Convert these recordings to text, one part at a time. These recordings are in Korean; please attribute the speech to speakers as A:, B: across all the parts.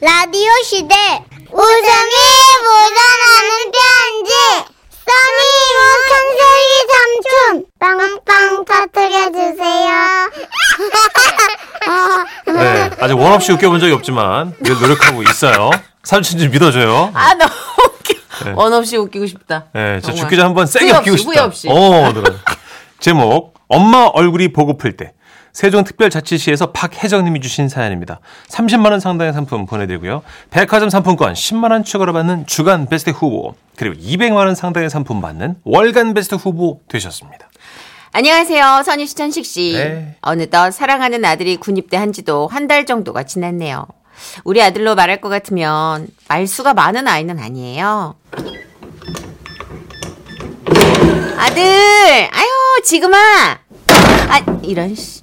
A: 라디오 시대 웃음이 묻어나는 편지 써니 우천세기 삼촌 빵빵 터뜨려주세요
B: 네, 아직 원 없이 웃겨본 적이 없지만 늘 노력하고 있어요. 삼촌 좀 믿어줘요.
C: 아 너무 웃겨.
B: 네.
C: 원 없이 웃기고 싶다.
B: 네, 저
C: 정말.
B: 죽기 전 한번 세게
C: 후회 없이,
B: 웃기고 싶다.
C: 후회 없이.
B: 어, 들어. 제목 엄마 얼굴이 보고플 때 세종특별자치시에서 박혜정님이 주신 사연입니다. 30만 원 상당의 상품 보내드리고요. 백화점 상품권 10만 원 추가로 받는 주간 베스트 후보 그리고 200만 원 상당의 상품 받는 월간 베스트 후보 되셨습니다.
C: 안녕하세요, 선희 씨, 천식 씨.
B: 네.
C: 어느덧 사랑하는 아들이 군입대 한지도 한 달 정도가 지났네요. 우리 아들로 말할 것 같으면 말수가 많은 아이는 아니에요. 아들, 아유 지금아. 아 이런 씨.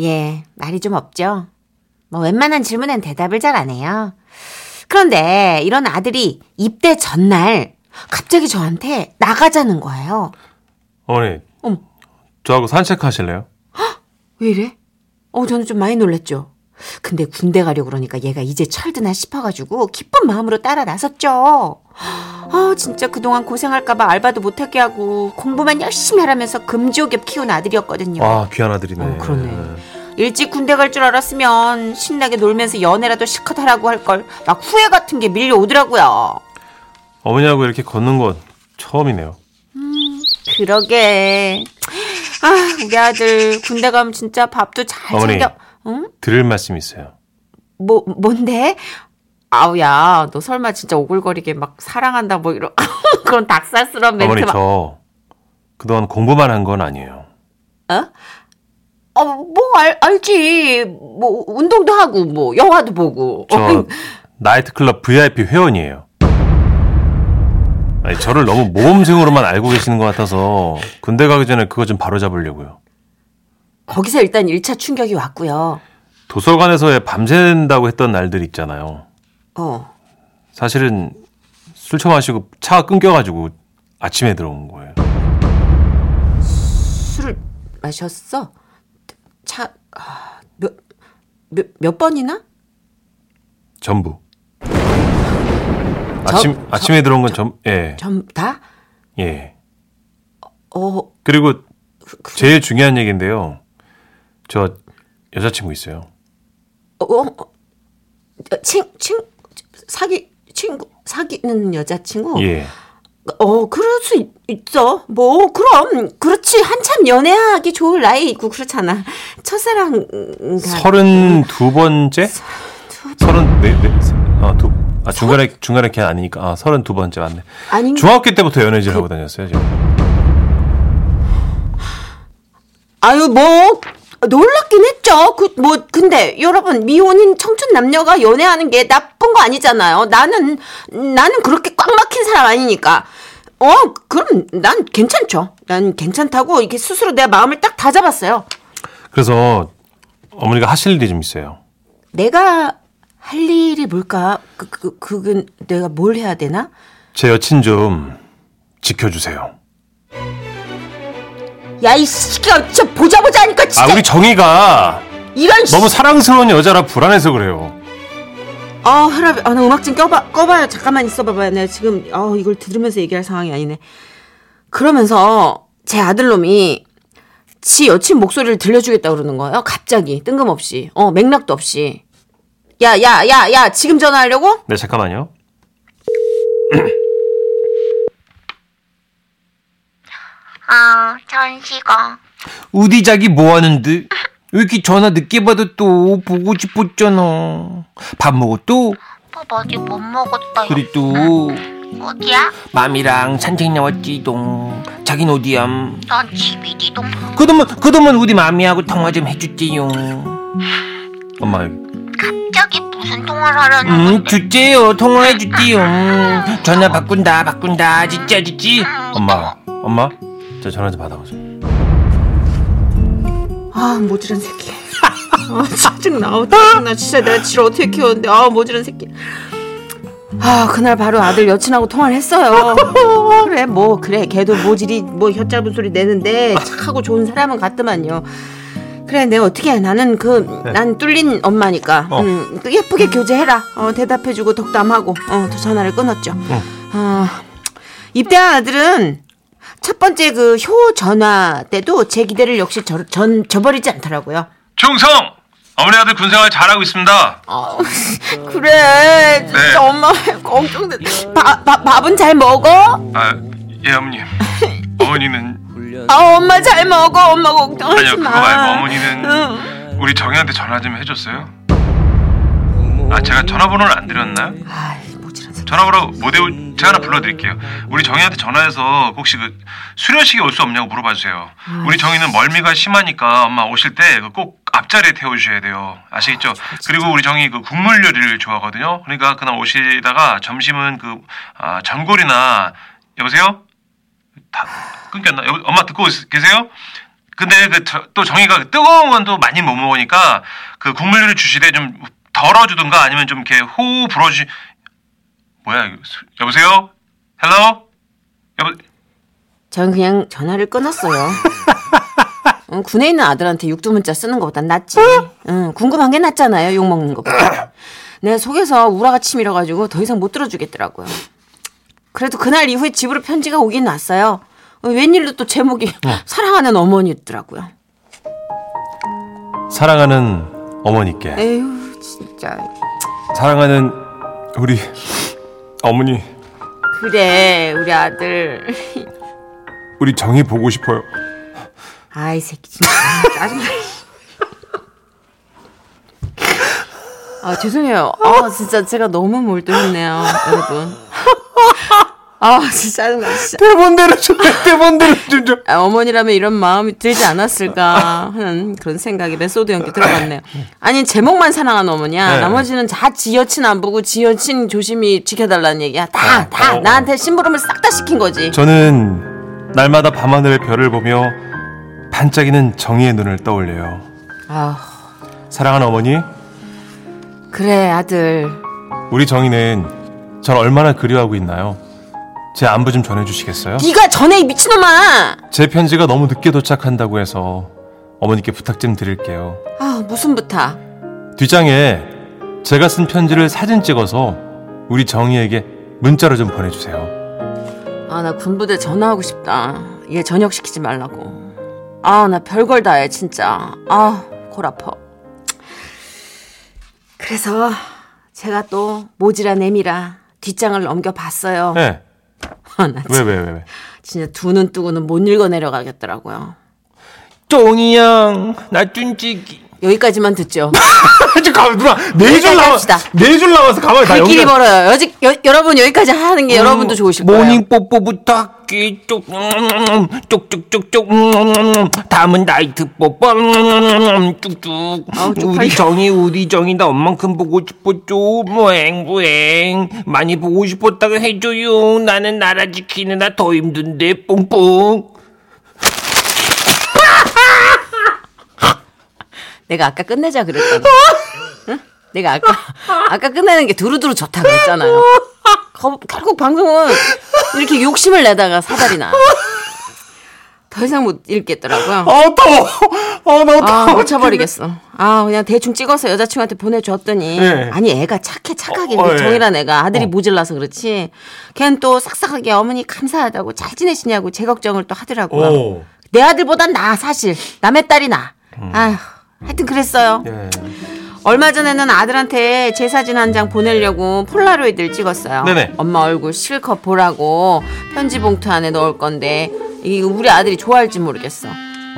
C: 예, 말이 좀 없죠. 뭐 웬만한 질문엔 대답을 잘 안 해요. 그런데 이런 아들이 입대 전날 갑자기 저한테 나가자는 거예요.
B: 어머니,
C: 어머.
B: 저하고 산책하실래요?
C: 왜 이래? 어, 저는 좀 많이 놀랐죠. 근데 군대 가려고 그러니까 얘가 이제 철드나 싶어가지고 기쁜 마음으로 따라 나섰죠. 아, 진짜 그동안 고생할까봐 알바도 못하게 하고 공부만 열심히 하라면서 금지옥엽 키운 아들이었거든요.
B: 아, 귀한 아들이네.
C: 음. 어, 그러네. 일찍 군대 갈 줄 알았으면 신나게 놀면서 연애라도 실컷 하라고 할 걸 막 후회 같은 게 밀려오더라고요.
B: 어머니하고 이렇게 걷는 건 처음이네요.
C: 그러게. 아, 우리 아들 군대 가면 진짜 밥도 잘
B: 어머니.
C: 챙겨. 응?
B: 드릴 말씀 있어요.
C: 뭐 뭔데? 아우야, 너 설마 진짜 오글거리게 막 사랑한다 뭐 이런 그런 닭살스러운 멘트
B: 어머니
C: 막.
B: 저 그동안 공부만 한 건 아니에요.
C: 어, 뭐 알, 알지. 뭐 운동도 하고 뭐 영화도 보고.
B: 저 나이트클럽 VIP 회원이에요. 아니, 저를 너무 모범생으로만 알고 계시는 것 같아서 군대 가기 전에 그거 좀 바로잡으려고요.
C: 거기서 일단 1차 충격이 왔고요.
B: 도서관에서 밤샌다고 했던 날들 있잖아요.
C: 어.
B: 사실은 술 처마시고 차가 끊겨가지고 아침에 들어온 거예요.
C: 술을 마셨어? 차 아, 몇, 몇, 몇 번이나?
B: 전부.
C: 저-
B: 아침
C: 저-
B: 아침에 들어온 건 전 예.
C: 전 다?
B: 예.
C: 어,
B: 그리고 제일 중요한 얘기인데요. 저 여자친구 있어요.
C: 어, 어, 어, 친, 친, 사기, 친구, 사귀는 여자친구?
B: 예.
C: 어, 그럴 수 있, 있어. 뭐, 그럼. 그렇지. 한참 연애하기 좋을 나이 있고, 그렇잖아. 첫사랑,
B: 서른 두 번째? 서른 네, 네. 아, 두. 아, 중간에 중간에 걔 아니니까. 아, 서른 두 번째 맞네.
C: 아닌
B: 중학교 때부터 연애질 하고 다녔어요, 제가.
C: 아유, 뭐, 놀랍긴 했죠. 그, 뭐, 근데, 여러분, 미혼인 청춘 남녀가 연애하는 게 나쁜 거 아니잖아요. 나는, 나는 그렇게 꽉 막힌 사람 아니니까. 어, 그럼 난 괜찮죠. 난 괜찮다고, 이렇게 스스로 내 마음을 딱 다 잡았어요.
B: 그래서 어머니가 하실 일이 좀 있어요.
C: 내가 할 일이 뭘까? 그, 그, 그건 내가 뭘 해야 되나?
B: 제 여친 좀 지켜 주세요.
C: 야, 이 새끼가 진짜 보자 보자 하니까 진짜
B: 아, 우리 정이가
C: 이런
B: 너무 사랑스러운 여자라 불안해서 그래요.
C: 아, 혈압이 아, 나 음악 좀 껴봐 꺼봐요. 잠깐만 있어 봐봐요. 내가 지금 아, 이걸 들으면서 얘기할 상황이 아니네. 그러면서 제 아들놈이 지 여친 목소리를 들려주겠다 그러는 거예요. 갑자기 뜬금없이. 어, 맥락도 없이. 야, 야, 야, 야, 지금 전화하려고?
B: 네, 잠깐만요.
A: 아 전식아
B: 우디 자기 뭐 하는데? 왜 이렇게 전화 늦게 받아 또 보고 싶었잖아. 밥 먹었또?
A: 밥 아직 뭐, 못 먹었다
B: 그리 또
A: 어디야?
B: 맘이랑 산책 나왔지동. 자긴 어디야?
A: 난 집이 니 동갑
B: 그동안 그동안 우리 마미하고 통화 좀 해줬지요. 엄마,
A: 자기 무슨 통화를 하려는
B: 음 주제요 통화해 주지요. 전화 바꾼다 바꾼다 진짜 진지. 엄마, 엄마, 저 전화 좀 받아보세요.
C: 아 모질한 새끼 아 짜증 나 짜증나 진짜 내가 지를 어떻게 키웠는데 아 모질한 새끼 아 그날 바로 아들 여친하고 통화를 했어요 그래 뭐 그래 걔도 모질이 뭐 혀 짧은 소리 내는데 착하고 좋은 사람은 같더만요 그래 내가 어떻게 해 나는 그 난 뚫린 엄마니까
B: 어.
C: 음, 그 예쁘게 교제해라 어, 대답해주고 덕담하고 어, 또 전화를 끊었죠 아, 입대한 아들은 첫 번째 그 효 전화 때도 제 기대를 역시 저, 전 저버리지 않더라고요
B: 충성! 어머니 아들 군생활 잘하고 있습니다.
C: 어, 그래 진짜
B: 네.
C: 엄마 걱정돼 바, 바, 밥은 잘 먹어?
B: 아, 예, 어머님. 어머니는
C: 아 엄마 잘 먹어 엄마 걱정하지 마 응.
B: 어머니는 우리 정희한테 전화 좀 해줬어요. 아, 제가 전화번호를 안 드렸나요?
C: 아이 모질한 새끼
B: 전화번호 못 외울 제가 하나 불러드릴게요. 우리 정희한테 전화해서 혹시 그 수련식에 올 수 없냐고 물어봐주세요.
C: 아,
B: 우리 정희는 멀미가 심하니까 엄마 오실 때그 꼭 앞자리에 태워주셔야 돼요. 아시겠죠? 그리고 우리 정희 그 국물 요리를 좋아하거든요. 그러니까 그날 오시다가 점심은 그 아, 전골이나 여보세요? 다 끊겼나? 여보, 엄마 듣고 있- 계세요? 근데 그 또 정희가 그 뜨거운 건 또 많이 못 먹으니까 그 국물을 주실 때좀 덜어주든가 아니면 좀 이렇게 호우 불어주 뭐야 이거 수- 여보세요? 헬로? 여보
C: 전 그냥 전화를 끊었어요. 응, 군에 있는 아들한테 육두문자 쓰는 것보단 낫지. 응, 궁금한 게 낫잖아요. 욕 먹는 것보다. 내 속에서 우라가 치밀어가지고 더 이상 못 들어주겠더라고요. 그래도 그날 이후에 집으로 편지가 오긴 왔어요. 어, 웬일로 또 제목이 사랑하는 어머니였더라고요.
B: 사랑하는 어머니께
C: 네. 에휴 진짜
B: 사랑하는 우리 어머니
C: 그래 우리 아들.
B: 우리 정이 보고 싶어요
C: 아이 새끼 진짜 짜증나. 아 죄송해요. 아 진짜 제가 너무 몰두했네요, 여러분. 아 진짜 짜증나 진짜.
B: 대본대로 좀 대본대로 좀 좀.
C: 아, 어머니라면 이런 마음이 들지 않았을까 하는 그런 생각이 메소드 연기 들어갔네요. 아니 제목만 사랑한 어머니야.
B: 네.
C: 나머지는 다 지여친 안 보고 지여친 조심히 지켜달라는 얘기야. 다 다
B: 어, 어.
C: 나한테 심부름을 싹 다 시킨 거지.
B: 저는 날마다 밤하늘의 별을 보며 반짝이는 정의의 눈을 떠올려요
C: 아
B: 사랑하는 어머니
C: 그래 아들.
B: 우리 정의는 절 얼마나 그리워하고 있나요? 제 안부 좀 전해주시겠어요?
C: 네가 전에 이 미친놈아.
B: 제 편지가 너무 늦게 도착한다고 해서 어머니께 부탁 좀 드릴게요
C: 아 무슨 부탁.
B: 뒷장에 제가 쓴 편지를 사진 찍어서 우리 정희에게 문자로 좀 보내주세요.
C: 아, 나 군부대 전화하고 싶다. 얘 전역 시키지 말라고. 아, 나 별걸 다 해, 진짜. 아, 골 아파. 그래서 제가 또 모지란 애미라 뒷장을 넘겨봤어요.
B: 네.
C: 아, 나
B: 왜, 왜, 왜, 왜.
C: 진짜 두 눈 뜨고는 못 읽어 내려가겠더라고요.
B: 쫑이 형, 나 뚱찌기.
C: 여기까지만 듣죠.
B: 가만, 누나, 네 줄
C: 여기까지
B: 남아,
C: 합시다.
B: 네줄 남아서 가만히 다
C: 갈길이 멀어요. 여지, 여, 여러분 여기까지 하는 게 여러분도 좋으실 거예요.
D: 모닝 뽀뽀 부탁해 쪽 음, 쪽쪽쪽쪽 음, 다음은 나이트 뽀뽀 음, 쭉쭉
C: 아우, 쪽팔려.
D: 우리 정이 우리 정이 나 엄만큼 보고 싶었죠 무행 무행 많이 보고 싶었다고 해줘요 나는 나라 지키느라 더 힘든데 뽕뽕
C: 내가 아까 끝내자 그랬잖아. 응? 내가 아까 아까 끝내는 게 두루두루 좋다 그랬잖아요. 거- 결국 방송은 이렇게 욕심을 내다가 사다리 나. 더 이상 못 읽겠더라고요.
B: 아, 더워. 아, 나
C: 아,
B: 더워.
C: 못 쳐버리겠어. 아, 그냥 대충 찍어서 여자친구한테 보내줬더니.
B: 네.
C: 아니, 애가 착해, 착하게.
B: 어, 어,
C: 우리
B: 예.
C: 정이란 애가 아들이 모질라서 그렇지. 걘 또 싹싹하게 어머니 감사하다고 잘 지내시냐고 제 걱정을 또 하더라고요.
B: 오.
C: 내 아들보단 나, 사실. 남의 딸이 나. 아휴, 하여튼 그랬어요.
B: 음. 예.
C: 얼마 전에는 아들한테 제 사진 한 장 보내려고 폴라로이드를 찍었어요.
B: 네네.
C: 엄마 얼굴 실컷 보라고 편지 봉투 안에 넣을 건데 이거 우리 아들이 좋아할지 모르겠어.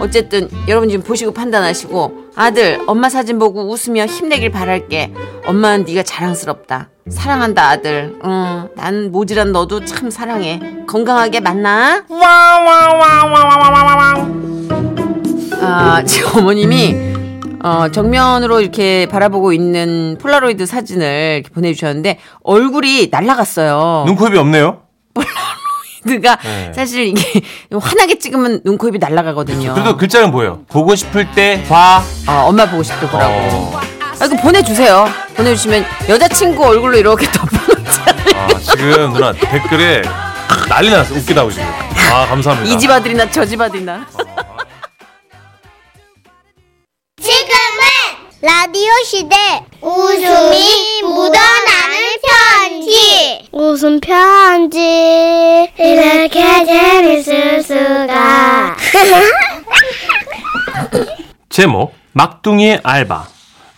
C: 어쨌든 여러분 지금 보시고 판단하시고 아들 엄마 사진 보고 웃으며 힘내길 바랄게. 엄마는 네가 자랑스럽다. 사랑한다 아들. 응, 난 모질한 너도 참 사랑해. 건강하게 만나. 아, 지금 어머님이 어, 정면으로 이렇게 바라보고 있는 폴라로이드 사진을 이렇게 보내주셨는데 얼굴이 날라갔어요.
B: 눈코입이 없네요.
C: 그러니까
B: 네.
C: 사실 이게 환하게 찍으면 눈코입이 날라가거든요.
B: 그래도 글자는 보여요. 보고 싶을 때 봐.
C: 어, 엄마 보고 싶을 거라고.
B: 어.
C: 아, 그 보내주세요. 보내주시면 여자친구 얼굴로 이렇게 덮어놓지
B: 아, 지금 누나 댓글에 난리 났어. 웃기다고 지금. 아, 감사합니다.
C: 이집 아들이나 저 집 아들이나.
E: 라디오 시대 웃음이 묻어나는 편지 웃음 편지 이렇게 재밌을 수가
B: 제목 막둥이의 알바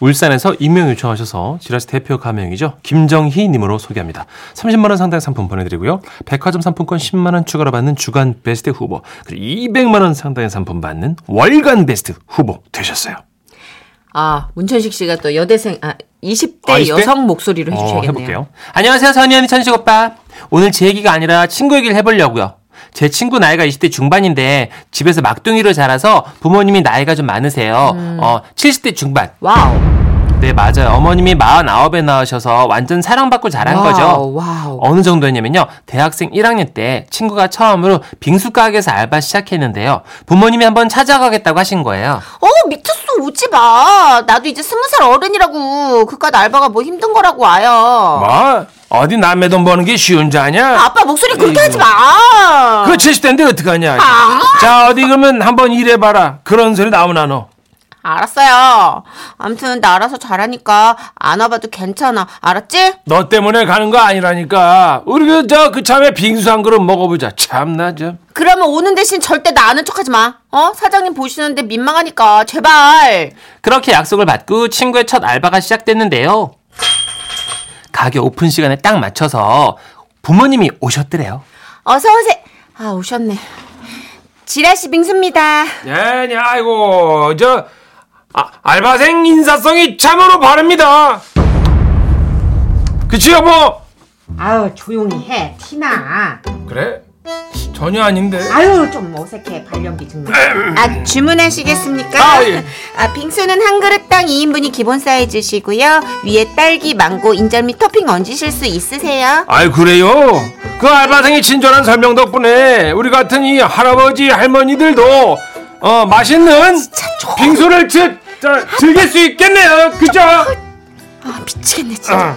B: 울산에서 익명 요청하셔서 지라시 대표 가명이죠. 김정희 님으로 소개합니다. 30만 원 상당 상품 보내드리고요. 백화점 상품권 10만 원 추가로 받는 주간 베스트 후보 그리고 200만 원 상당의 상품 받는 월간 베스트 후보 되셨어요.
C: 아, 문천식 씨가 또 여대생, 아, 20대,
B: 아, 20대?
C: 여성 목소리로
B: 어,
C: 해주셔야겠네요.
B: 해볼게요. 안녕하세요. 선희 언니 천식 오빠. 오늘 제 얘기가 아니라 친구 얘기를 해보려고요. 제 친구 나이가 20대 중반인데 집에서 막둥이로 자라서 부모님이 나이가 좀 많으세요. 어, 70대 중반.
C: 음. 와우.
B: 네, 맞아요. 어머님이 49에 낳으셔서 완전 사랑받고 자란
C: 와우,
B: 거죠.
C: 와우.
B: 어느 정도였냐면요. 대학생 1학년 때 친구가 처음으로 빙수 가게에서 알바 시작했는데요. 부모님이 한번 찾아가겠다고 하신 거예요.
C: 어, 미쳤어, 오지 마. 나도 이제 스무 살 어른이라고. 그깟 알바가 뭐 힘든 거라고 와요.
D: 뭐? 어디 남의 돈 버는 게 쉬운 자냐?
C: 아빠 목소리 그렇게 하지 마.
D: 음. 그 70대인데 어떡하냐?
C: 아.
D: 자, 어디 그러면 한번 일해봐라. 그런 소리 나오나 너?
C: 알았어요. 암튼 나 알아서 잘하니까 안 와봐도 괜찮아. 알았지?
D: 너 때문에 가는 거 아니라니까. 우리 그, 저, 그참에 빙수 한 그릇 먹어보자. 참나, 좀.
C: 그러면 오는 대신 절대 나 아는 척하지 마. 어? 사장님 보시는데 민망하니까 제발.
B: 그렇게 약속을 받고 친구의 첫 알바가 시작됐는데요. 가게 오픈 시간에 딱 맞춰서 부모님이 오셨더래요.
C: 어서 오세요. 아 오셨네. 지라시 빙수입니다.
D: 네, 네, 아이고, 저, 아, 알바생 인사성이 참으로 바릅니다. 그치, 여보?
F: 아유 조용히 해 티나
D: 그래? 전혀 아닌데.
F: 아유 좀 어색해 발령기 정말
C: 아 주문하시겠습니까?
D: 아, 예.
C: 아, 빙수는 한 그릇당 2인분이 기본 사이즈시고요. 위에 딸기, 망고, 인절미 토핑 얹으실 수 있으세요?
D: 아이, 그래요? 그 알바생이 친절한 설명 덕분에 우리 같은 이 할아버지, 할머니들도, 어, 맛있는 빙수를 즐, 저, 즐길 수 있겠네요. 그죠?
C: 아 미치겠네 진짜. 아,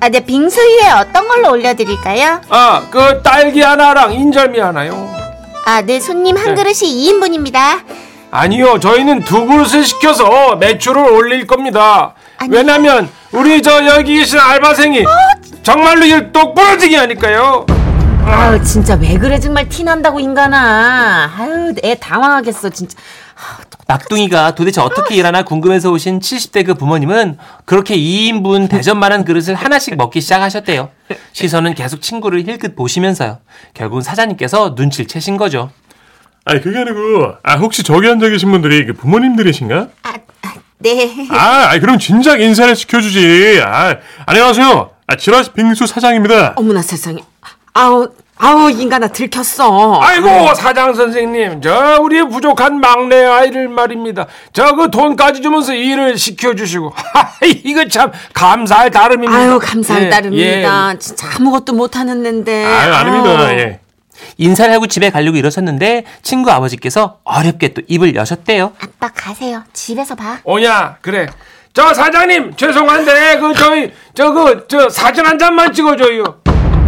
C: 아, 네 빙수 위에 어떤 걸로 올려드릴까요?
D: 아, 그 딸기 하나랑 인절미 하나요.
C: 아, 네, 손님 한 그릇이 2인분입니다.
D: 아니요, 저희는 두 그릇을 시켜서 매출을 올릴 겁니다.
C: 아니요.
D: 왜냐면 우리 저 여기 계신 알바생이
C: 어?
D: 정말로 일 똑부러지게 하니까요.
F: 아유 진짜 왜 그래 정말 티난다고 인간아 아유 애 당황하겠어 진짜
B: 막둥이가 도대체 어떻게 일하나 궁금해서 오신 70대 그 부모님은 그렇게 2인분 대전만한 그릇을 하나씩 먹기 시작하셨대요. 시선은 계속 친구를 힐끗 보시면서요. 결국은 사장님께서 눈치를 채신 거죠.
G: 아니 그게 아니고 아 혹시 저기 앉아 계신 분들이 그 부모님들이신가?
C: 네.
G: 아, 아이, 그럼 진작 인사를 시켜주지. 아, 안녕하세요. 아, 지라시 빙수 사장입니다.
F: 어머나 세상에 아우 아우 인간아 들켰어
D: 아이고 사장 선생님, 저 우리 부족한 막내 아이를 말입니다. 저 그 돈까지 주면서 일을 시켜주시고, 이거 참 감사할 따름입니다.
F: 아유 감사할
D: 예,
F: 따름입니다
D: 예.
F: 진짜 아무것도 못하는 낸데
G: 아유, 아닙니다. 예.
B: 인사를 하고 집에 가려고 일어섰는데 친구 아버지께서 어렵게 또 입을 여셨대요.
A: 아빠 가세요. 집에서 봐.
D: 예. 오냐 그래. 저 사장님 죄송한데 그 저희 저 그 저 사진 한 장만 찍어줘요.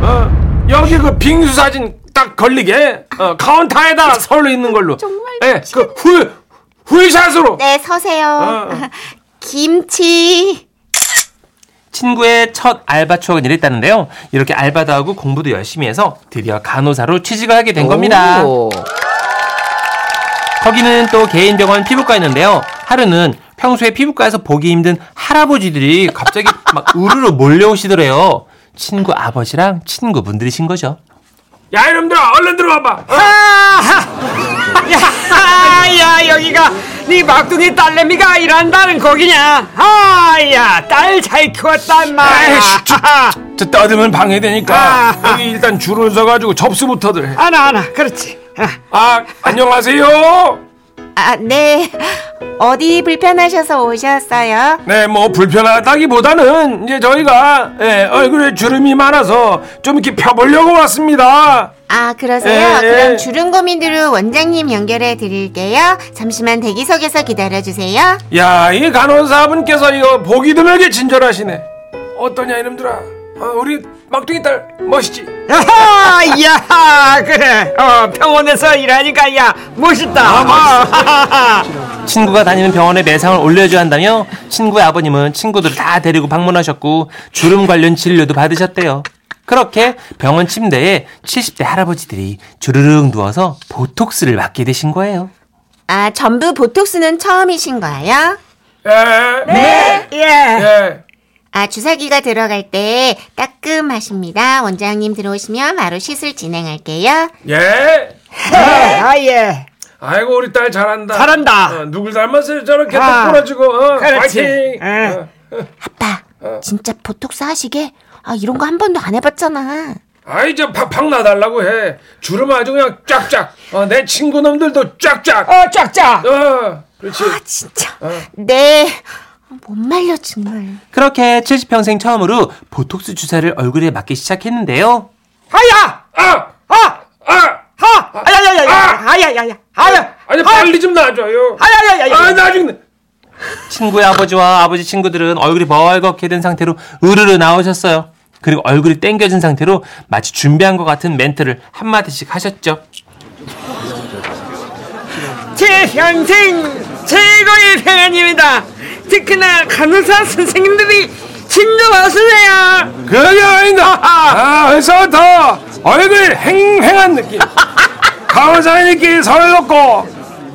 D: 어 여기 그 빙수 사진 딱 걸리게 어, 카운터에다 서로 있는 걸로. 정말. 예그훌 훌샷으로.
C: 네, 서세요.
F: 아,
D: 어.
C: 김치.
B: 친구의 첫 알바 추억은 이랬다는데요. 이렇게 알바도 하고 공부도 열심히 해서 드디어 간호사로 취직을 하게 된 겁니다. 거기는 또 개인 병원 피부과였는데요. 하루는 평소에 피부과에서 보기 힘든 할아버지들이 갑자기 막 우르르 몰려오시더래요. 친구 아버지랑 친구분들이신 거죠.
D: 야 이놈들아 얼른 들어와봐. 어,
H: 아야 여기가 네 막둥이 딸내미가 일한다는 거기냐 아야 딸 잘 키웠단 말이야
D: 아이씨, 저 떠들면 방해되니까
H: 아.
D: 여기 일단 줄을 서가지고 접수부터들 해.
H: 하나 하나 그렇지
D: 아 안녕하세요.
C: 아, 네. 어디 불편하셔서 오셨어요?
D: 네, 뭐 불편하다기보다는 이제 저희가 예, 얼굴에 주름이 많아서 좀 이렇게 펴보려고 왔습니다.
C: 아, 그러세요?
D: 예, 예.
C: 그럼 주름 고민으로 원장님 연결해 드릴게요. 잠시만 대기석에서 기다려 주세요.
D: 야, 이 간호사분께서 이거 보기 드물게 친절하시네. 어떠냐 이놈들아? 어, 우리 막둥이 딸 멋있지?
I: 아하, 야, 그래. 어, 병원에서 일하니까, 야, 멋있다. 어,
H: 아, 친구가 다니는 병원에 매상을 올려줘야 한다며 친구의 아버님은 친구들을 다 데리고 방문하셨고 주름 관련 진료도 받으셨대요. 그렇게 병원 침대에 70대 할아버지들이 주르륵 누워서 보톡스를 맞게 되신 거예요.
C: 아, 전부 보톡스는 처음이신 거예요?
D: 예.
I: 예.
D: 예.
A: 아, 주사기가 들어갈 때 따끔하십니다. 원장님 들어오시면 바로 시술 진행할게요.
D: 예.
I: 아, 예.
D: 아이고 우리 딸 잘한다.
I: 잘한다.
D: 어, 누굴 닮았어요? 저렇게
I: 아,
D: 똑 부러지고. 어,
I: 그렇지.
D: 파이팅.
I: 예.
D: 어.
A: 아빠, 진짜 보톡스 하시게? 아, 이런 거 한 번도 안 해봤잖아.
D: 아이 저 팍팍 나달라고 해. 주름 아주 그냥 쫙쫙. 어, 내 친구 놈들도 쫙쫙.
I: 어, 쫙쫙.
D: 어, 그렇지.
A: 아, 진짜. 네. 못 말려, 정말.
H: 그렇게 70평생 처음으로 보톡스 주사를 얼굴에 맞기 시작했는데요.
I: 하야!
D: 아,
I: 아!
D: 아,
I: 하! 아야야야야! 아야야야! 아야!
D: 아니 빨리 좀 놔줘요.
I: 아야야야야!
D: 아, 나중에.
H: 친구의 아버지와 아버지 친구들은 얼굴이 벌겋게 된 상태로 으르르 나오셨어요. 그리고 얼굴이 땡겨진 상태로 마치 준비한 것 같은 멘트를 한마디씩 하셨죠.
I: 제 평생 최고의 평안입니다. 특히나 간호사 선생님들이 진도 와주세요.
D: 그게 아니다. 아, 벌써부터 얼굴 횡행한 느낌. 강호사님끼리 서로 놓고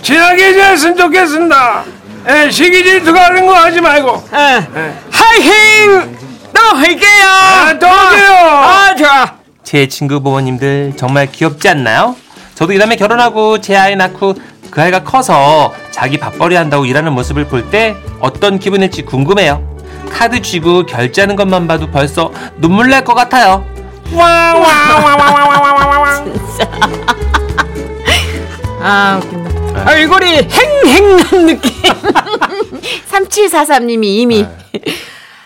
D: 친하게 지냈으면 좋겠습니다. 예, 시기 질투가 하는 거 하지 말고.
H: 아,
I: 하이행 또 할게요.
D: 아, 또 할게요.
I: 아 좋아.
H: 제 친구 부모님들 정말 귀엽지 않나요? 저도 이 다음에 결혼하고 제 아이 낳고 그 아이가 커서 자기 밥벌이 한다고 일하는 모습을 볼 때 어떤 기분일지 궁금해요. 카드 쥐고 결제하는 것만 봐도 벌써 눈물 날 것 같아요.
C: 아, 웃긴다.
I: 얼굴이 행행한 느낌.
C: 3743님이 이미.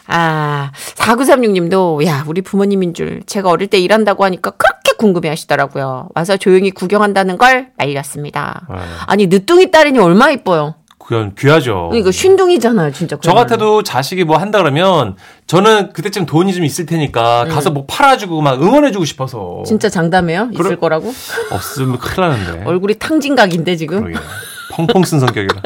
C: 아, 4936님도, 야, 우리 부모님인 줄, 제가 어릴 때 일한다고 하니까 그렇게 궁금해 하시더라고요. 와서 조용히 구경한다는 걸 말렸습니다. 아니, 늦둥이 딸이니 얼마나 이뻐요.
H: 그건 귀하죠.
C: 이거 쉰둥이잖아요, 진짜.
H: 저
C: 그야말로.
H: 같아도 자식이 뭐 한다 그러면 저는 그때쯤 돈이 좀 있을 테니까 가서 뭐 팔아주고 막 응원해주고 싶어서
C: 진짜 장담해요? 있을
H: 그럼-
C: 거라고?
H: 없으면 큰일 나는데
C: 얼굴이 탕진각인데, 지금?
H: 그러게. 아. 펑펑 쓴 성격이라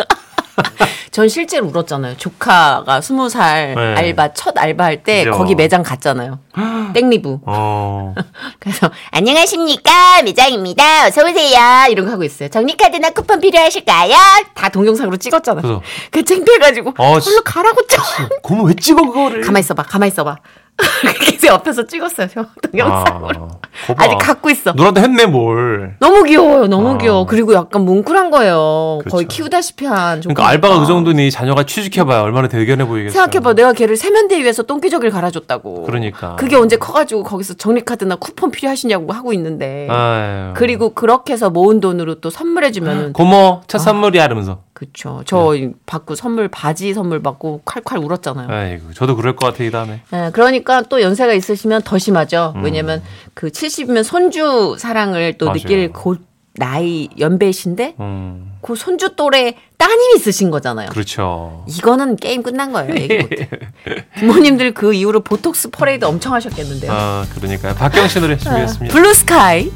C: 전 실제로 울었잖아요. 조카가 스무 살
H: 네.
C: 알바 첫 알바할 때
H: 그죠.
C: 거기 매장 갔잖아요. 땡리부.
H: 어.
C: 그래서
A: 안녕하십니까. 매장입니다. 어서오세요.
C: 아 이런 거 하고 있어요. 장
A: 정리카드나 쿠폰 필요하실까요?
C: 다 동영상으로 찍었잖아.
H: 그래서.
C: 요그 창피해가지고
H: 어,
C: 얼른 가라고 쳐.
H: 고모 왜 찍어 그거를
C: 가만 있어봐. 가만 있어봐. 그래서 옆에서 찍었어요. 저 동영상으로.
H: 거봐.
C: 아, 직 갖고 있어.
H: 누나도 했네 뭘
C: 너무 귀여워요. 너무
H: 아.
C: 귀여워. 그리고 약간 뭉클한 거예요. 거의
H: 그렇죠.
C: 키우다시피 한. 아.
H: 그러니까
C: 조카니까.
H: 알바가 그 정도니 자녀가 취직해봐야 얼마나 대견해 보이겠어
C: 생각해봐. 내가 걔를 세면대 위에서 똥기저귀를 갈아줬다고.
H: 그러니까.
C: 그게 언제 커가지고 거기서 정리카드나 쿠폰 필요하시냐고 하고 있는데.
H: 아유.
C: 그리고 그렇게 해서 모은 돈으로 또 선물해주면은
H: 고모 첫 선물이야 이러면서
C: 그쵸.
H: 네.
C: 저 이- 받고 선물 바지 선물 받고 칼칼 울었잖아요.
H: 아이고 저도 그럴 것 같아 이 다음에
C: 예, 그러니까 또 연세가 있으시면 더 심하죠. 왜냐면 그 70이면 손주 사랑을 또
H: 음. 맞아요.
C: 느낄 곧 나이 연배이신데
H: 음
C: 그 손주 또래 따님이 있으신 거잖아요.
H: 그렇죠
C: 이거는 게임 끝난 거예요. 얘기 못해. 부모님들
B: 아.
C: 그 이후로 보톡스 퍼레이드 엄청 하셨겠는데요.
H: 아 그러니까 박경신 노래 준비했습니다
C: 블루스카이